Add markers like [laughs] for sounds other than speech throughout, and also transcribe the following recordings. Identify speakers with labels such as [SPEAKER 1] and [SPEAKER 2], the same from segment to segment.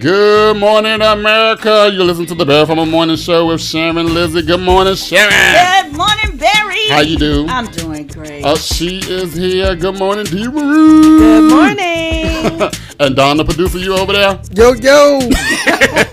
[SPEAKER 1] Good morning, America. You listen to the Bear from a Morning Show with Sharon Lizzie. Good morning, Sharon.
[SPEAKER 2] Good morning, Barry.
[SPEAKER 1] How you do?
[SPEAKER 2] I'm doing great.
[SPEAKER 1] Uh, she is here. Good morning, D. Marie. [laughs]
[SPEAKER 3] Good morning.
[SPEAKER 1] and Don, the producer, you over there?
[SPEAKER 4] Yo, yo.
[SPEAKER 1] [laughs]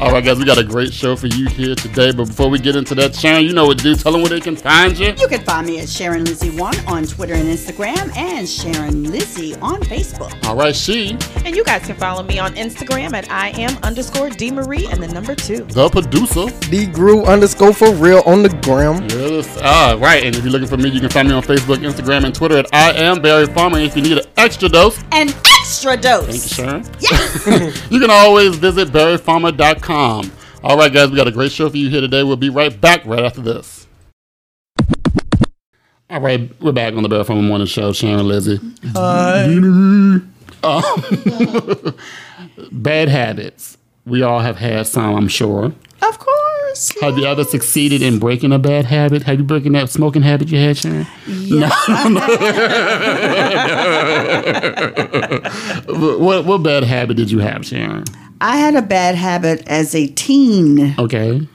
[SPEAKER 1] All right, guys, we got a great show for you here today. But before we get into that, Sharon, you know what to do. Tell them where they can find you.
[SPEAKER 2] You can find me at Sharon Lizzie One on Twitter and Instagram, and Sharon Lizzie on Facebook.
[SPEAKER 1] All right, she,
[SPEAKER 3] and you guys can follow me on Instagram at I am underscore D Marie and the number two.
[SPEAKER 1] the producer.
[SPEAKER 4] D Grew underscore for real on the gram.
[SPEAKER 1] Yes. All right. And if you're looking for me, you can find me on Facebook, Instagram, and Twitter at I am Barry Farmer. And if you need an extra dose,
[SPEAKER 2] An extra dose.
[SPEAKER 1] Thank you, Sharon.
[SPEAKER 2] Yes.
[SPEAKER 1] You can always visit barryfarmer.com. All right, guys, we got a great show for you here today. We'll be right back right after this. All right, we're back on the Barry Farmer Morning Show. Sharon Lizzie. [laughs] Um, [laughs] bad habits. We all have had some, I'm sure.
[SPEAKER 3] Of course.
[SPEAKER 1] Have you ever succeeded in breaking a bad habit? Have you broken that smoking habit you had, Sharon? No. [laughs] But what what bad habit did you have, Sharon?
[SPEAKER 2] I had a bad habit as a teen
[SPEAKER 1] Okay.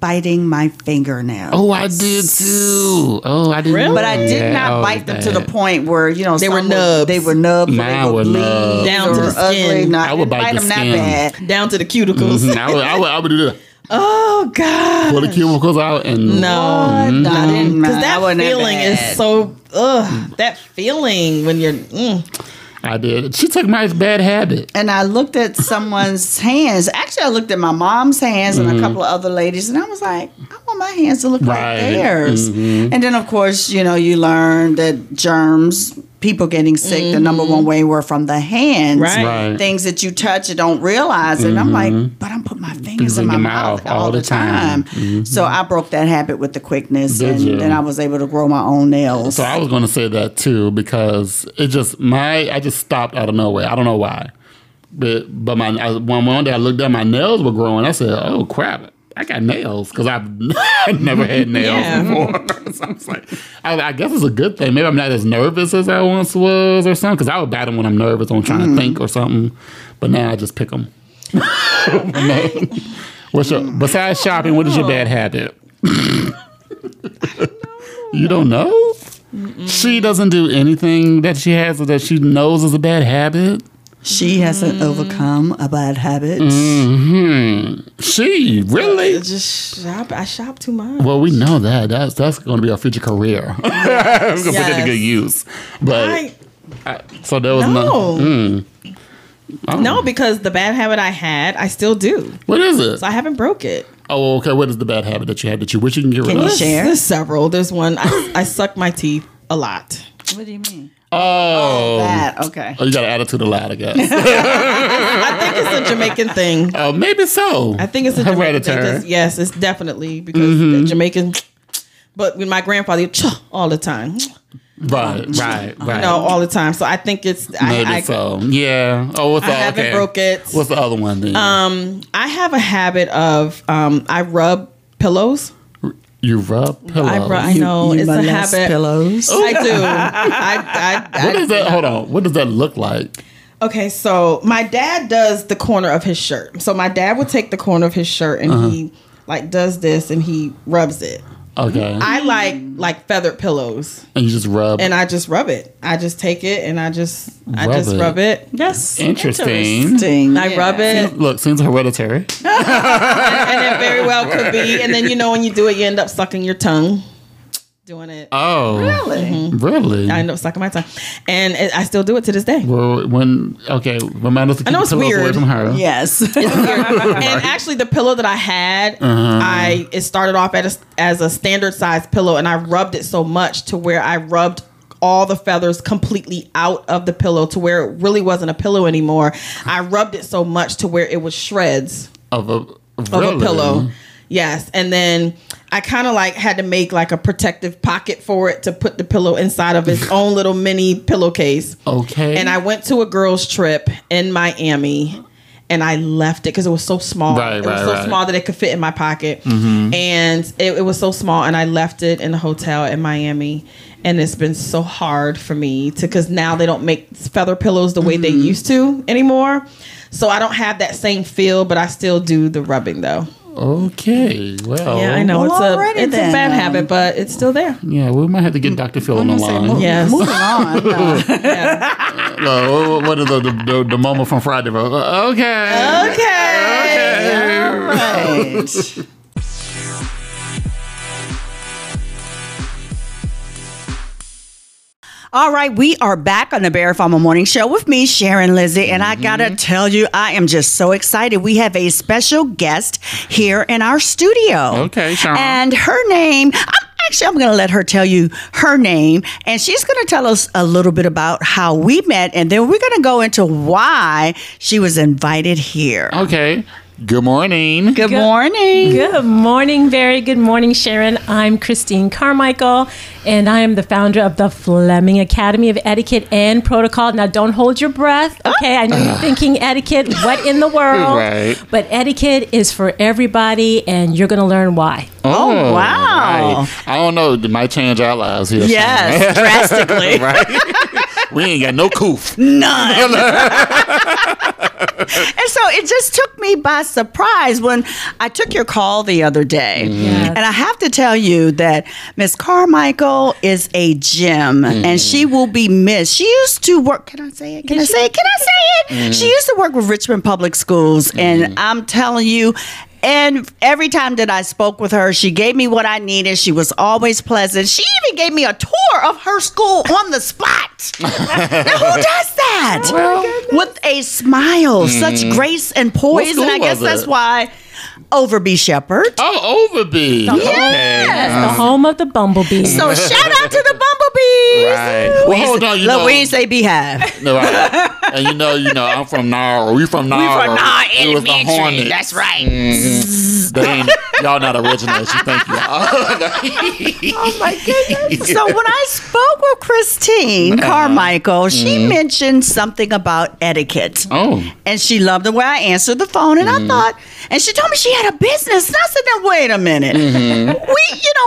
[SPEAKER 2] biting my fingernails.
[SPEAKER 1] Oh, I did too. Oh, I did.
[SPEAKER 3] Really?
[SPEAKER 2] But I did
[SPEAKER 1] Yeah,
[SPEAKER 2] not
[SPEAKER 1] oh,
[SPEAKER 2] bite them to the
[SPEAKER 1] bad.
[SPEAKER 2] point where you know
[SPEAKER 3] They
[SPEAKER 2] some
[SPEAKER 3] were
[SPEAKER 2] would-
[SPEAKER 3] nubs.
[SPEAKER 2] They were nubs. or
[SPEAKER 1] Mine
[SPEAKER 2] they
[SPEAKER 1] were
[SPEAKER 2] would bleed
[SPEAKER 1] nubs.
[SPEAKER 3] Down to
[SPEAKER 2] or
[SPEAKER 3] the skin.
[SPEAKER 2] ugly. No, I,
[SPEAKER 1] I would
[SPEAKER 2] didn't
[SPEAKER 1] bite
[SPEAKER 2] bite
[SPEAKER 1] the
[SPEAKER 2] them that
[SPEAKER 1] skin.
[SPEAKER 2] bad.
[SPEAKER 3] Down to the cuticles.
[SPEAKER 1] Mhm, [laughs] I would, I would, I would do that.
[SPEAKER 3] Oh God.
[SPEAKER 1] Pull the chemicals out and
[SPEAKER 3] No,
[SPEAKER 2] No, I didn't.
[SPEAKER 3] because
[SPEAKER 2] I
[SPEAKER 3] that
[SPEAKER 2] wasn't
[SPEAKER 3] feeling
[SPEAKER 2] bad.
[SPEAKER 3] is so ugh. That feeling when you're mm,
[SPEAKER 1] I did. She took my bad habit.
[SPEAKER 2] and I looked at someone's [laughs] hands. Actually, I looked at my mom's hands and a couple of other ladies, and I was like, I want my hands to look
[SPEAKER 1] Mm-hmm. Right. Mm-hmm.
[SPEAKER 2] like theirs. And then, of course, you know, you learn that germs, people getting sick, the number one way were from the hands.
[SPEAKER 3] Mm-hmm. Right.
[SPEAKER 1] Right.
[SPEAKER 2] Things that you touch and don't realize. And I'm like, but I'm putting my fingers in my mouth, all, the time. Mm-hmm. So I broke that habit with the quickness,
[SPEAKER 1] Did
[SPEAKER 2] and
[SPEAKER 1] you?
[SPEAKER 2] then I was able to grow my own nails.
[SPEAKER 1] So I was going to say that too because it just my I just stopped out of nowhere. I don't know why, but but my I, one one day I looked down, my nails were growing. I said, "Oh crap, I got nails," because I've [laughs] never had nails
[SPEAKER 3] Yeah.
[SPEAKER 1] before. [laughs] so I was like, I, I guess it's a good thing. Maybe I'm not as nervous as I once was or something. Because I would bat them when I'm nervous on trying to think or something. But now I just pick [laughs] them. What's your besides shopping? What is your bad habit? You don't know? She doesn't do anything that she has or that she knows is a bad habit.
[SPEAKER 2] she hasn't
[SPEAKER 3] Mm.
[SPEAKER 2] overcome a bad habit.
[SPEAKER 1] Hmm. She really?
[SPEAKER 3] I just shop. I shop too much.
[SPEAKER 1] Well, we know that. That's that's going to be our future career. [laughs] We're going to put it to
[SPEAKER 3] Yes.
[SPEAKER 1] good use. But
[SPEAKER 3] I,
[SPEAKER 1] so there was
[SPEAKER 3] no,
[SPEAKER 1] no.
[SPEAKER 3] no, because the bad habit I had, I still do.
[SPEAKER 1] What is it?
[SPEAKER 3] So I haven't broke it.
[SPEAKER 1] Oh, okay. What is the bad habit that you had that you wish you can get rid
[SPEAKER 2] Can you
[SPEAKER 1] of?
[SPEAKER 2] share?
[SPEAKER 3] There's several. There's one. I, I suck my teeth a lot.
[SPEAKER 2] What do you mean?
[SPEAKER 1] Oh.
[SPEAKER 2] That okay.
[SPEAKER 1] Oh, you got an attitude allowed, I
[SPEAKER 3] [laughs]
[SPEAKER 1] guess.
[SPEAKER 3] I think it's a Jamaican thing.
[SPEAKER 1] Oh, maybe so.
[SPEAKER 3] I
[SPEAKER 1] [laughs]
[SPEAKER 3] think it's a Jamaican thing. 'cause-
[SPEAKER 1] hereditary.
[SPEAKER 3] Yes, it's definitely because the Jamaican. But with my grandfather, he'd all the time,
[SPEAKER 1] Right, right,
[SPEAKER 3] [laughs]
[SPEAKER 1] right.
[SPEAKER 3] no, all the time. So I think it's. I,
[SPEAKER 1] Maybe
[SPEAKER 3] I,
[SPEAKER 1] so. Yeah. Oh, what's
[SPEAKER 3] I
[SPEAKER 1] the,
[SPEAKER 3] haven't
[SPEAKER 1] okay.
[SPEAKER 3] broke it.
[SPEAKER 1] What's the other one then?
[SPEAKER 3] Um, I have a habit of um, I rub pillows.
[SPEAKER 1] you rub pillows.
[SPEAKER 3] I, rub, I know
[SPEAKER 2] you
[SPEAKER 3] it's a
[SPEAKER 2] molest
[SPEAKER 3] habit.
[SPEAKER 2] Pillows.
[SPEAKER 3] I do. I, I, I,
[SPEAKER 1] What does that? Hold on. What does that look like?
[SPEAKER 3] Okay, so my dad does the corner of his shirt. So my dad would take the corner of his shirt and
[SPEAKER 1] Uh-huh.
[SPEAKER 3] he like does this and he rubs it.
[SPEAKER 1] Okay.
[SPEAKER 3] I like like feathered pillows
[SPEAKER 1] and you just rub.
[SPEAKER 3] and I just rub it. I just take it and I just I
[SPEAKER 1] Rub
[SPEAKER 3] just
[SPEAKER 1] it.
[SPEAKER 3] rub it.
[SPEAKER 2] That's
[SPEAKER 1] Interesting.
[SPEAKER 2] interesting.
[SPEAKER 3] I rub it
[SPEAKER 1] Look, seems hereditary.
[SPEAKER 3] and it very well could be and then you know when you do it you end up sucking your tongue doing it.
[SPEAKER 1] Oh,
[SPEAKER 2] Really?
[SPEAKER 1] really?
[SPEAKER 3] I end up sucking my tongue. And it, I still do it to this day.
[SPEAKER 1] Well, when okay, remind us to keep
[SPEAKER 3] know
[SPEAKER 1] the
[SPEAKER 3] it's
[SPEAKER 1] pillows away
[SPEAKER 3] weird.
[SPEAKER 1] from her.
[SPEAKER 2] Yes. [laughs]
[SPEAKER 3] and actually the pillow that i had i it started off at a, as a standard size pillow and i rubbed it so much to where i rubbed all the feathers completely out of the pillow to where it really wasn't a pillow anymore i rubbed it so much to where it was shreds
[SPEAKER 1] Of a
[SPEAKER 3] of
[SPEAKER 1] really?
[SPEAKER 3] a pillow yes and then i kind of like had to make like a protective pocket for it to put the pillow inside of its own little mini pillowcase
[SPEAKER 1] Okay.
[SPEAKER 3] and I went to a girls' trip in Miami, and I left it because it was so small.
[SPEAKER 1] Right,
[SPEAKER 3] it
[SPEAKER 1] right,
[SPEAKER 3] was so
[SPEAKER 1] right. Mm-hmm.
[SPEAKER 3] small that it could fit in my pocket, and it, it was so small. And I left it in the hotel in Miami, and it's been so hard for me to because now they don't make feather pillows the way they
[SPEAKER 1] Mm-hmm.
[SPEAKER 3] used to anymore. So I don't have that same feel, but I still do the rubbing though.
[SPEAKER 1] Okay. Well.
[SPEAKER 3] Yeah, I know
[SPEAKER 2] Well,
[SPEAKER 3] it's
[SPEAKER 2] already
[SPEAKER 3] a it's
[SPEAKER 2] then.
[SPEAKER 3] a bad habit, but it's still there.
[SPEAKER 1] Yeah, we might have to get Dr. Phil on the line.
[SPEAKER 2] mo-
[SPEAKER 3] Yes.
[SPEAKER 2] moving on. [laughs] No.
[SPEAKER 3] [laughs]
[SPEAKER 1] Uh, what is the, the, the, the moment from Friday? Uh, Okay.
[SPEAKER 3] Okay.
[SPEAKER 2] right. All right, we are back on the Bear Farmer Morning Show with me, Sharon Lizzie, and I gotta tell you, I am just so excited. We have a special guest here in our studio.
[SPEAKER 1] Okay, Sharon.
[SPEAKER 2] And her name, I'm, actually, I'm gonna let her tell you her name, and she's gonna tell us a little bit about how we met, and then we're gonna go into why she was invited here.
[SPEAKER 3] Oh.
[SPEAKER 1] Okay. Oh, Good morning.
[SPEAKER 2] Good morning.
[SPEAKER 5] Good morning, very good morning, Sharon. I'm Christine Carmichael, and I am the founder of the Fleming Academy of Etiquette and Protocol. Now, don't hold your breath, okay? I know you're thinking etiquette, what in the world?
[SPEAKER 1] Right.
[SPEAKER 5] But etiquette is for everybody, and you're going to learn why.
[SPEAKER 1] Oh,
[SPEAKER 2] wow.
[SPEAKER 1] right. I don't know. It might change our lives here.
[SPEAKER 2] Yes, drastically.
[SPEAKER 1] Sharon. we ain't got no coof.
[SPEAKER 3] [laughs]
[SPEAKER 2] None. and so it just took me by surprise when I took your call the other day.
[SPEAKER 5] Yes.
[SPEAKER 2] And I have to tell you that Miss Carmichael is a gem and she will be missed. She used to work, can I say it? Can I say it? Can I say
[SPEAKER 1] Mm-hmm.
[SPEAKER 2] it? She used to work with Richmond Public Schools. And I'm telling you, and every time that I spoke with her, she gave me what I needed. She was always pleasant. She even gave me a tour of her school on
[SPEAKER 1] [laughs]
[SPEAKER 2] the spot. now, who does
[SPEAKER 1] Oh,
[SPEAKER 2] that? with a smile, such grace and poise.
[SPEAKER 1] Mm-hmm. school
[SPEAKER 2] And I guess
[SPEAKER 1] was
[SPEAKER 2] that's
[SPEAKER 1] it?
[SPEAKER 2] why Overby Shepherd.
[SPEAKER 1] Oh, Overby.
[SPEAKER 5] That's
[SPEAKER 1] Uh-huh.
[SPEAKER 5] the home of the bumblebee.
[SPEAKER 2] So shout out to the bumblebees.
[SPEAKER 1] Right. Well, hold on, you know-
[SPEAKER 2] Louise, they behave.
[SPEAKER 1] No, right. and you know, you know, I'm from Nara. We from Nara.
[SPEAKER 2] from Nara
[SPEAKER 1] It was the
[SPEAKER 2] Elementary.
[SPEAKER 1] Hornets.
[SPEAKER 2] That's right.
[SPEAKER 1] Mhm. They ain't- y'all not original. She thank you.
[SPEAKER 2] Oh my goodness. so when I spoke with Christine Carmichael, she mentioned something about etiquette.
[SPEAKER 1] Oh.
[SPEAKER 2] And she loved the way I answered the phone. And I thought, and she told me she had a business. And I said, now wait a minute. We, you know,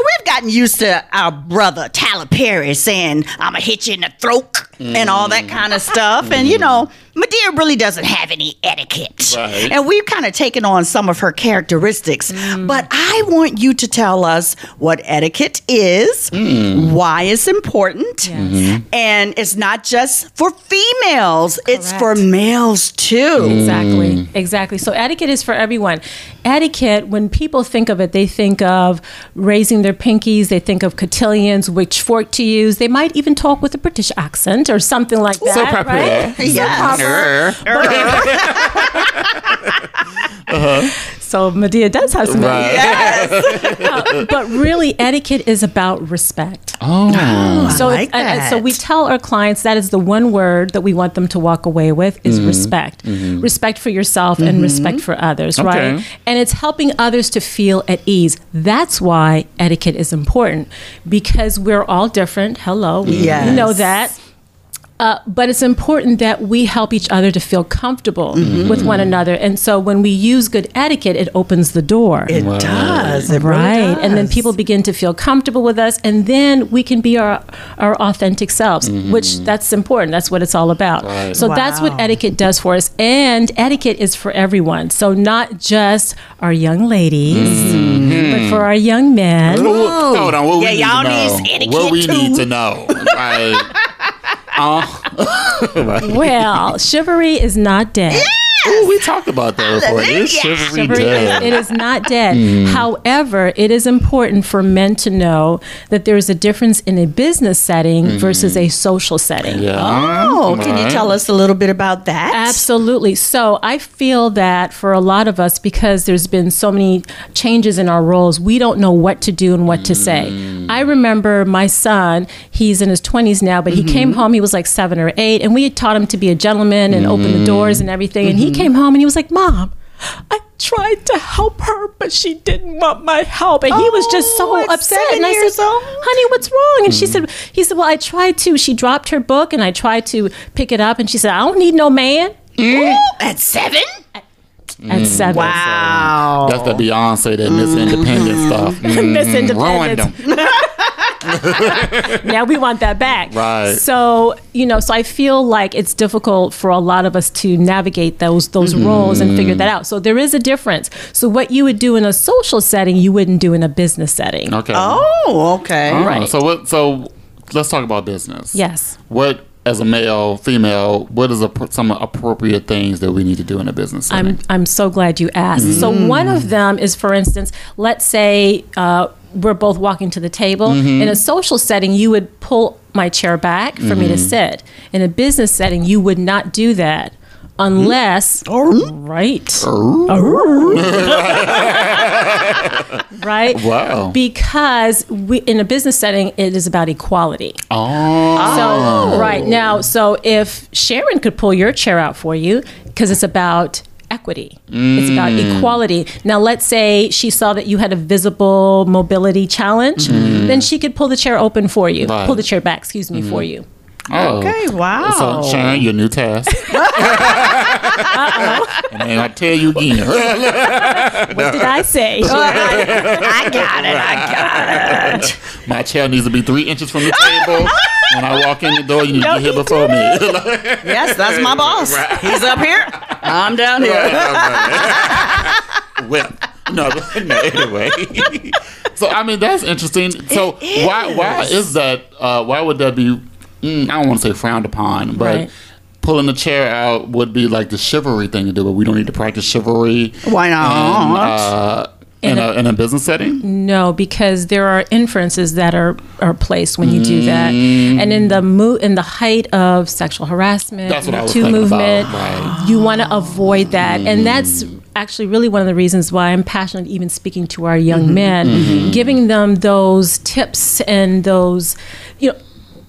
[SPEAKER 2] we've gotten used to our brother Tyler Perry saying, I'ma hit you in the throat and all that kind of stuff. And you know, Medea really doesn't have any etiquette.
[SPEAKER 1] Right.
[SPEAKER 2] And we've kind of taken on some of her characteristics. But I want you to tell us what etiquette is, why it's important,
[SPEAKER 5] Yes. Mhm.
[SPEAKER 2] and it's not just for females, it's for
[SPEAKER 5] Correct.
[SPEAKER 2] males too.
[SPEAKER 1] Mm,
[SPEAKER 5] Exactly. Exactly. So etiquette is for everyone. Etiquette, when people think of it, they think of raising their pinkies, they think of cotillions, which fork to use. They might even talk with a British accent or something like that.
[SPEAKER 1] [laughs]
[SPEAKER 5] Right?
[SPEAKER 2] Yes.
[SPEAKER 5] [laughs] So Medea does have some
[SPEAKER 1] Right.
[SPEAKER 5] Uh, [laughs] but really etiquette is about respect.
[SPEAKER 1] Oh.
[SPEAKER 5] so
[SPEAKER 2] like
[SPEAKER 5] it's- and- and so
[SPEAKER 2] that.
[SPEAKER 5] we tell our clients that is the one word that we want them to walk away with is
[SPEAKER 2] Mm-hmm.
[SPEAKER 5] respect. Respect for yourself and respect for others,
[SPEAKER 1] Okay.
[SPEAKER 5] right? And it's helping others to feel at ease. That's why etiquette is important because we're all different. Hello, we
[SPEAKER 2] Yes.
[SPEAKER 5] know that. Uh, but it's important that we help each other to feel comfortable
[SPEAKER 2] Mm-hmm.
[SPEAKER 5] with one another. And so when we use good etiquette, it opens the door
[SPEAKER 2] It does. It really
[SPEAKER 5] right and then
[SPEAKER 2] does.
[SPEAKER 5] people begin to feel comfortable with us and then we can be our our authentic selves which that's important that's what it's all about so that's
[SPEAKER 2] Mm-hmm. Wow.
[SPEAKER 5] what etiquette does for us and etiquette is for everyone so not just our young ladies
[SPEAKER 2] Mm-hmm.
[SPEAKER 5] but for our young men
[SPEAKER 1] Well, well, Hold on. What
[SPEAKER 2] Yeah,
[SPEAKER 1] we need
[SPEAKER 2] y'all
[SPEAKER 1] to
[SPEAKER 2] needs
[SPEAKER 1] know.
[SPEAKER 2] etiquette
[SPEAKER 1] what we
[SPEAKER 2] too.
[SPEAKER 1] need to know. Uh, Like,
[SPEAKER 5] well chivalry is not dead Mm,
[SPEAKER 1] ooh, we talked about that before. It's
[SPEAKER 2] Hallelujah.
[SPEAKER 1] chivalry
[SPEAKER 5] Chivalry is-
[SPEAKER 1] dead.
[SPEAKER 5] It is not dead.
[SPEAKER 2] Mm-hmm.
[SPEAKER 5] However, it is important for men to know that there is a difference in a business setting
[SPEAKER 2] Mm-hmm.
[SPEAKER 5] versus a social setting.
[SPEAKER 1] Yeah.
[SPEAKER 2] Oh, can you
[SPEAKER 1] Right.
[SPEAKER 2] tell us a little bit about that?
[SPEAKER 5] Absolutely. So I feel that for a lot of us, because there's been so many changes in our roles, we don't know what to do and what to say. I remember my son, he's in his 20s now, but he came home, he was like seven or eight, and we had taught him to be a gentleman and open the doors and everything. And he came home and he was like, Mom, I tried to help her, but she didn't want my help. And he was just so
[SPEAKER 2] Oh, at
[SPEAKER 5] upset.
[SPEAKER 2] seven
[SPEAKER 5] and I
[SPEAKER 2] years
[SPEAKER 5] said,
[SPEAKER 2] old?
[SPEAKER 5] honey, what's wrong? And she said, he said, well, I tried to. She dropped her book and I tried to pick it up. And she said, I don't need no man
[SPEAKER 2] At seven?
[SPEAKER 5] at seven.
[SPEAKER 2] Wow.
[SPEAKER 1] That's the Beyonce, that Miss Independent stuff. Mm,
[SPEAKER 5] [laughs] Miss
[SPEAKER 1] ruined
[SPEAKER 5] Independence.
[SPEAKER 1] them.
[SPEAKER 5] now we want that back.
[SPEAKER 6] Right.
[SPEAKER 5] So, you know, so I feel like it's difficult for a lot of us to navigate those those roles and figure that out. So there is a difference. So what you would do in a social setting, you wouldn't do in a business setting.
[SPEAKER 1] Okay.
[SPEAKER 2] Oh, okay.
[SPEAKER 1] Oh,
[SPEAKER 5] right.
[SPEAKER 1] So what? So let's talk about business.
[SPEAKER 5] Yes.
[SPEAKER 1] What as a male, female, what is appro- some appropriate things that we need to do in a business? setting?
[SPEAKER 5] I'm I'm so glad you asked. So one of them is, for instance, let's say uh, we're both walking to the table in a social setting. You would pull my chair back for me to sit. In a business setting, you would not do that unless right right
[SPEAKER 1] Wow.
[SPEAKER 5] because we in a business setting it is about equality
[SPEAKER 1] oh.
[SPEAKER 5] so right now, so if Sharon could pull your chair out for you, because it's about equity, it's about
[SPEAKER 1] Mm.
[SPEAKER 5] equality. Now, let's say she saw that you had a visible mobility challenge, then she could pull the chair open for you,
[SPEAKER 1] Mm-hmm. Right.
[SPEAKER 5] pull the chair back, excuse me, for you.
[SPEAKER 1] Oh.
[SPEAKER 2] Okay, wow.
[SPEAKER 1] So Sharon, your new task. and then I tell you again.
[SPEAKER 5] What did
[SPEAKER 1] [laughs]
[SPEAKER 5] I say?
[SPEAKER 2] I got it. I got it.
[SPEAKER 1] My chair needs to be three inches from the table. when I walk in the door, you need to be here before me.
[SPEAKER 2] Yes, that's my boss. He's up here. I'm down here.
[SPEAKER 1] [laughs] well, no, [laughs] no, anyway. so I mean that's interesting. So why why is that? Uh, why would that be? Mm, I don't want to say frowned upon, but.
[SPEAKER 5] Right.
[SPEAKER 1] Pulling the chair out would be like the chivalry thing to do, but we don't need to practice chivalry.
[SPEAKER 2] Why not?
[SPEAKER 1] Uh, in, a, in a business setting,
[SPEAKER 5] [laughs] No, because there are inferences that are, are placed when you do that, and in the mo- in the height of sexual harassment,
[SPEAKER 1] Mm. That's what I
[SPEAKER 5] Me
[SPEAKER 1] was
[SPEAKER 5] Too
[SPEAKER 1] thinking about,
[SPEAKER 5] movement,
[SPEAKER 1] right.
[SPEAKER 5] you want to avoid that,
[SPEAKER 1] Mm-hmm.
[SPEAKER 5] and that's actually really one of the reasons why I'm passionate even speaking to our young
[SPEAKER 1] Mm-hmm.
[SPEAKER 5] men, giving them those tips and those, you know.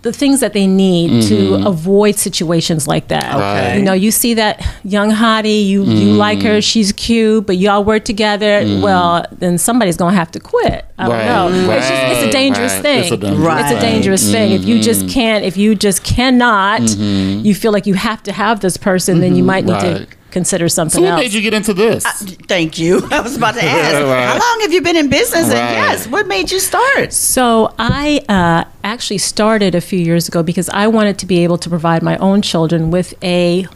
[SPEAKER 5] The things that they need
[SPEAKER 1] Mm-hmm.
[SPEAKER 5] to avoid situations like that.
[SPEAKER 1] Right.
[SPEAKER 5] You know, you see that young hottie, you
[SPEAKER 1] Mm-hmm.
[SPEAKER 5] you like her, she's cute, but y'all work together. Well, then somebody's gonna have to quit. I
[SPEAKER 1] Right,
[SPEAKER 5] don't know. it's, just, it's a
[SPEAKER 1] right,
[SPEAKER 5] dangerous
[SPEAKER 1] right.
[SPEAKER 5] thing.
[SPEAKER 1] It's a dangerous
[SPEAKER 2] Right.
[SPEAKER 5] It's a dangerous thing. If you just can't, if you just cannot, you feel like you have to have this person, then you might need
[SPEAKER 1] Right.
[SPEAKER 5] to consider something
[SPEAKER 1] so what
[SPEAKER 5] else.
[SPEAKER 1] made you get into this?
[SPEAKER 2] Uh, Thank you. [laughs] I was about to ask.
[SPEAKER 1] Right.
[SPEAKER 2] How long have you been in business? And
[SPEAKER 1] Right.
[SPEAKER 2] yes, what made you start?
[SPEAKER 5] So I uh, actually started a few years ago because I wanted to be able to provide my own children with a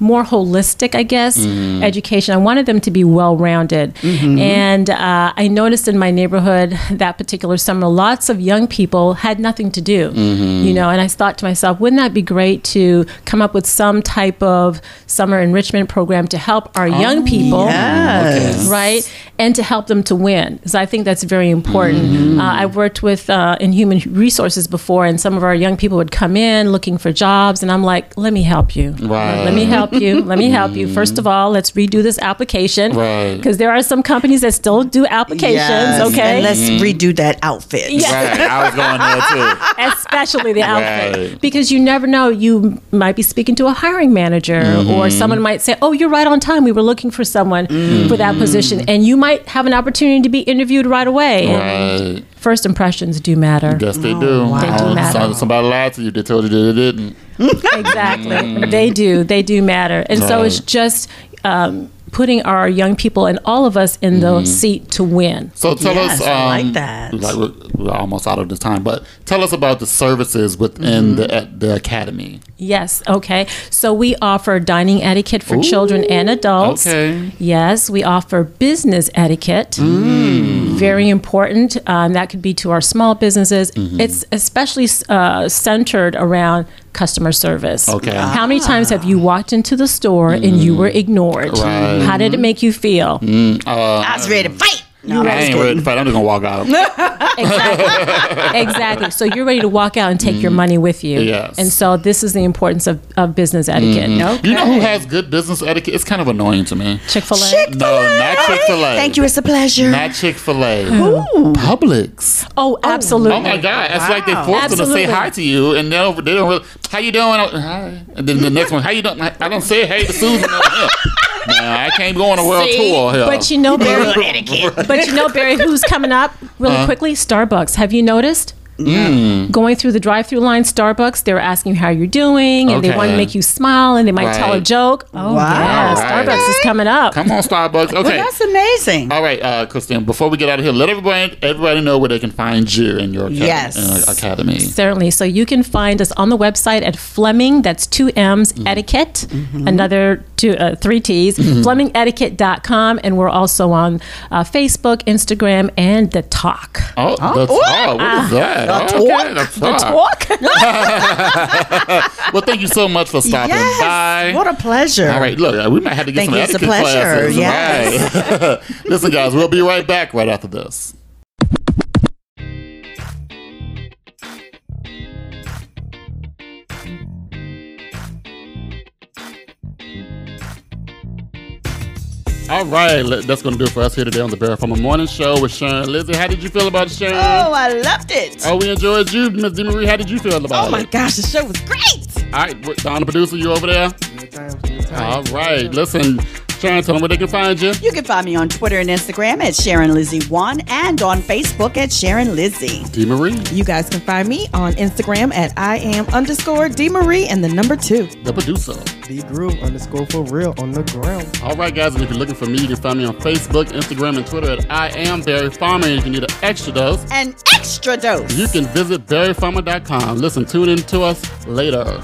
[SPEAKER 5] more holistic, I guess, education. I wanted them to be well rounded. And uh, I noticed in my neighborhood that particular summer, lots of young people had nothing to do, you know. And I thought to myself, wouldn't that be great to come up with some type of summer enrichment program to help our young people?
[SPEAKER 2] Yes.
[SPEAKER 5] right? And to help them to win, because I think that's very important.
[SPEAKER 1] Mm-hmm.
[SPEAKER 5] Uh, I worked with uh, in human resources before, and some of our young people would come in looking for jobs, and I'm like, "Let me help you.
[SPEAKER 1] Right. Mm-hmm.
[SPEAKER 5] Let me help you. Let me help you. First of all, let's redo this application,
[SPEAKER 1] Right.
[SPEAKER 5] Because there are some companies that still do applications, okay?
[SPEAKER 2] And let's
[SPEAKER 1] Mm.
[SPEAKER 2] redo that outfit.
[SPEAKER 5] Yeah.
[SPEAKER 1] Right, I was going there too.
[SPEAKER 5] especially the outfit
[SPEAKER 1] Right.
[SPEAKER 5] because you never know you might be speaking to a hiring manager or
[SPEAKER 1] Mm-hmm.
[SPEAKER 5] someone might say oh you're right on time we were looking for someone for
[SPEAKER 1] Mm-hmm.
[SPEAKER 5] that position and you might have an opportunity to be interviewed right away And
[SPEAKER 1] Right.
[SPEAKER 5] first impressions do matter
[SPEAKER 1] Yes, they do.
[SPEAKER 5] They do
[SPEAKER 1] Um,
[SPEAKER 5] matter.
[SPEAKER 1] some- Somebody lied to you. They told you that they didn't.
[SPEAKER 5] [laughs] exactly they do they do matter and so it's
[SPEAKER 1] Mm-hmm. Right.
[SPEAKER 5] just um, putting our young people and all of us in
[SPEAKER 1] Mm-hmm.
[SPEAKER 5] the seat to win
[SPEAKER 1] So tell
[SPEAKER 2] Yes,
[SPEAKER 1] us. Um,
[SPEAKER 2] I like that.
[SPEAKER 1] like, we're, we're almost out of the time, but tell us about the services within
[SPEAKER 2] Mm-hmm.
[SPEAKER 1] the at the academy.
[SPEAKER 5] Yes. Okay. So we offer dining etiquette for children and adults.
[SPEAKER 1] okay.
[SPEAKER 5] Yes, we offer business etiquette.
[SPEAKER 1] Mm.
[SPEAKER 5] Very important. Um, that could be to our small businesses.
[SPEAKER 1] Mm-hmm.
[SPEAKER 5] It's especially uh, centered around customer service.
[SPEAKER 1] Okay. Ah. Mm.
[SPEAKER 5] How many times have you walked into the store and you were ignored?
[SPEAKER 1] Right.
[SPEAKER 5] How did it make you feel?
[SPEAKER 1] [laughs]
[SPEAKER 2] I was ready to fight. No,
[SPEAKER 1] I ain't ready to fight. I'm just gonna walk
[SPEAKER 2] [laughs]
[SPEAKER 1] out.
[SPEAKER 5] exactly. exactly. So you're ready to walk out and take your money with you.
[SPEAKER 1] Mm. Yes. Mm-hmm.
[SPEAKER 5] And so this is the importance of, of business etiquette.
[SPEAKER 1] You know who has good business etiquette? It's kind of annoying to me.
[SPEAKER 5] Chick fil A.
[SPEAKER 2] Chick-fil-A.
[SPEAKER 1] No, not Chick-fil-A.
[SPEAKER 2] Thank you. It's a pleasure.
[SPEAKER 1] Not Chick Fil A. Publix.
[SPEAKER 5] Oh, absolutely.
[SPEAKER 1] Oh my God! It's like they force them to
[SPEAKER 5] Absolutely.
[SPEAKER 1] say hi to you, and they don't. They don't really. How you doing? Oh, Hi. And then the next one. How you doing? I I don't say hey to Susan. over here. Nah, I can't go on a world tour here.
[SPEAKER 5] But
[SPEAKER 1] [laughs]
[SPEAKER 5] you know, Barry. but you know, Barry, who's coming up really quickly? Starbucks. Have you noticed?
[SPEAKER 1] Hmm.
[SPEAKER 5] Going through the drive-through line, Starbucks, they're asking you how you're doing, and they want
[SPEAKER 1] Okay.
[SPEAKER 5] to make you smile, and they might tell a
[SPEAKER 1] Right.
[SPEAKER 5] joke. Oh yeah,
[SPEAKER 1] Right.
[SPEAKER 5] Starbucks is coming up.
[SPEAKER 1] Come on, Starbucks.
[SPEAKER 2] Well,
[SPEAKER 1] Okay.
[SPEAKER 2] that's amazing.
[SPEAKER 1] All right, uh, Christine. Before we get out of here, let everybody everybody know where they can find you in your academy,
[SPEAKER 2] Yes.
[SPEAKER 1] uh, academy.
[SPEAKER 5] Certainly. So you can find us on the website at Fleming, that's two M's,
[SPEAKER 1] Mm-hmm.
[SPEAKER 5] etiquette, another two, uh, three T's, FlemingEtiquette.com. And we're also on uh, Facebook, Instagram, and The Talk.
[SPEAKER 1] Oh, the talk. What is that? Oh, okay, the
[SPEAKER 5] The
[SPEAKER 1] talk. [laughs]
[SPEAKER 5] Talk?
[SPEAKER 1] Well, thank you so much for stopping
[SPEAKER 2] yes.
[SPEAKER 1] by.
[SPEAKER 2] What a pleasure.
[SPEAKER 1] All right, look, uh, we might have to get
[SPEAKER 2] Thank
[SPEAKER 1] some
[SPEAKER 2] you. It's a
[SPEAKER 1] etiquette
[SPEAKER 2] pleasure.
[SPEAKER 1] classes.
[SPEAKER 2] Yes.
[SPEAKER 1] Right. [laughs] Listen, guys, we'll be right back right after this. All right, le- that's going to do it for us here today on the Bear Farmer Morning Show with Sharon Lizzie. How did you feel about it, Sharon?
[SPEAKER 3] Oh, I loved it.
[SPEAKER 1] Oh, we enjoyed you, Ms. DeMarie. How did you feel about
[SPEAKER 3] Oh my
[SPEAKER 1] it?
[SPEAKER 3] gosh, the show was great.
[SPEAKER 1] All right, we're- Donna, producer, you over there? All right, listen, Sharon, tell them where they can find you.
[SPEAKER 2] You can find me on Twitter and Instagram at Sharon Lizzie1 and on Facebook at Sharon Lizzie.
[SPEAKER 1] D. Marie,
[SPEAKER 3] You guys can find me on Instagram at I am underscore D Marie and the number two.
[SPEAKER 1] the producer.
[SPEAKER 4] The groove underscore for real on the ground.
[SPEAKER 1] All right, guys, and if you're looking for me, you can find me on Facebook, Instagram, and Twitter at I am Barry Farmer. And if you need an extra dose,
[SPEAKER 2] An extra dose.
[SPEAKER 1] you can visit BarryFarmer.com. Listen, tune in to us later.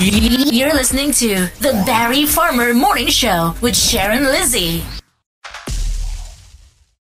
[SPEAKER 6] You're listening to The Barry Farmer Morning Show with Sharon Lizzie.